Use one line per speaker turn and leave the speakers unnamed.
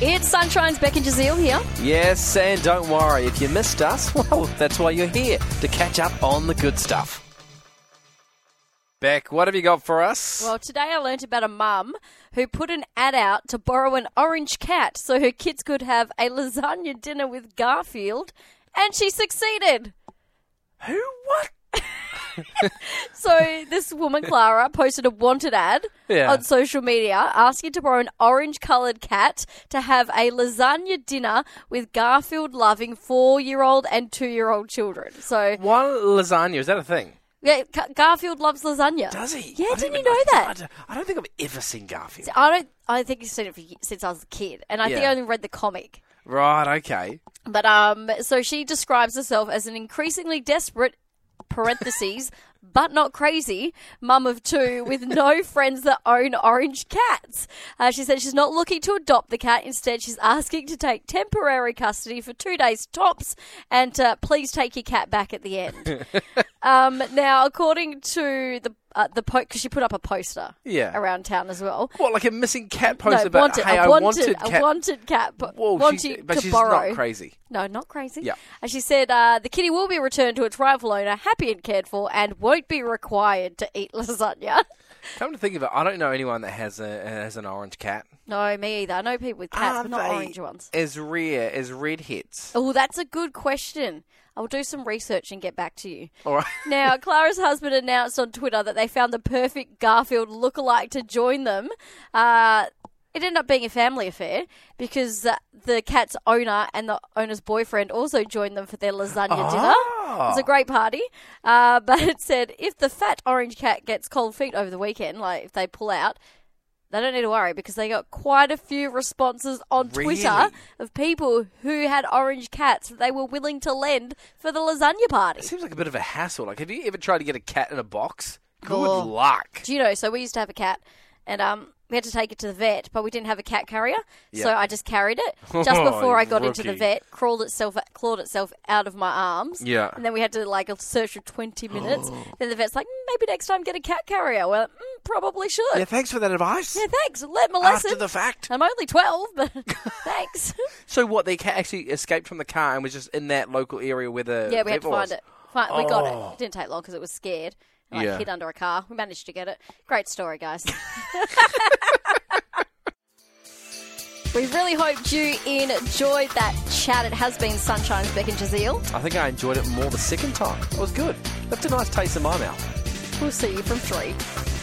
It's Sunshine's Becky Jazeel here.
Yes, and don't worry, if you missed us, well, that's why you're here, to catch up on the good stuff. Beck, what have you got for us?
Well, today I learnt about a mum who put an ad out to borrow an orange cat so her kids could have a lasagna dinner with Garfield, and she succeeded.
Who? What?
So this woman Clara posted a wanted ad
Yeah.
on social media asking to borrow an orange-coloured cat to have a lasagna dinner with Garfield-loving four-year-old and two-year-old children. So
Why lasagna? Is that a thing?
yeah, Ca- Garfield loves lasagna.
Does he?
Yeah,
I
didn't you
even-
know
I-
that?
I don't, I don't think I've ever seen Garfield.
I don't. I think I've seen it for, ye- since I was a kid, and I think I
Yeah.
only read the comic.
Right, okay.
But um, so she describes herself as an increasingly desperate parentheses, but not crazy mum of two with no friends that own orange cats. Uh, she said she's not looking to adopt the cat. Instead, she's asking to take temporary custody for two days tops, and uh, please take your cat back at the end. um, now, according to the uh, the because she put up a poster
Yeah.
around town as well.
What, like a missing cat poster
no,
about,
wanted,
hey,
a
I
wanted,
wanted cat.
a wanted cat, but
Whoa,
wanted
she's,
to
but she's
borrow.
not crazy.
No, not crazy.
Yeah.
And she said uh, the kitty will be returned to its rightful owner, happy and cared for, and won't be required to eat lasagna.
Come to think of it, I don't know anyone that has a has an orange cat.
no, me either. I know people with
Ah,
cats, but not orange ones.
as rare as redheads?
Oh, that's a good question. I'll do some research and get back to you.
All right.
Now, Clara's husband announced on Twitter that they found the perfect Garfield lookalike to join them. Uh, it ended up being a family affair because uh, the cat's owner and the owner's boyfriend also joined them for their lasagna
Ah.
dinner. It was a great party. Uh, but it said if the fat orange cat gets cold feet over the weekend, like if they pull out, they don't need to worry because they got quite a few responses on Twitter
Really?
of people who had orange cats that they were willing to lend for the lasagna party.
It seems like a bit of a hassle. Like, have you ever tried to get a cat in a box? Good
Oh.
luck.
Do you know? So we used to have a cat, and um, we had to take it to the vet, but we didn't have a cat carrier, so
Yeah.
I just carried it.
Oh,
Just before I got
you
into the
rookie.
vet, crawled itself, clawed itself out of my arms.
Yeah.
And then we had to like search for twenty minutes. then the vet's like, "Mm, maybe next time get a cat carrier. Well, mm, probably should.
Yeah, thanks for that advice.
Yeah, thanks. Learned my
After
lesson.
the fact.
I'm only twelve, but thanks.
So what? They ca- actually escaped from the car and was just in that local area where the
yeah, we had
vet
to
was.
find it. Fi- We got it.
Oh.
It didn't take long because it was scared. Like
Yeah.
hid under a car. We managed to get it. Great story, guys. We really hoped you enjoyed that chat. It has been Sunshine's Beck and Jazeel.
I think I enjoyed it more the second time. It was good. Left a nice taste in my mouth.
We'll see you from three.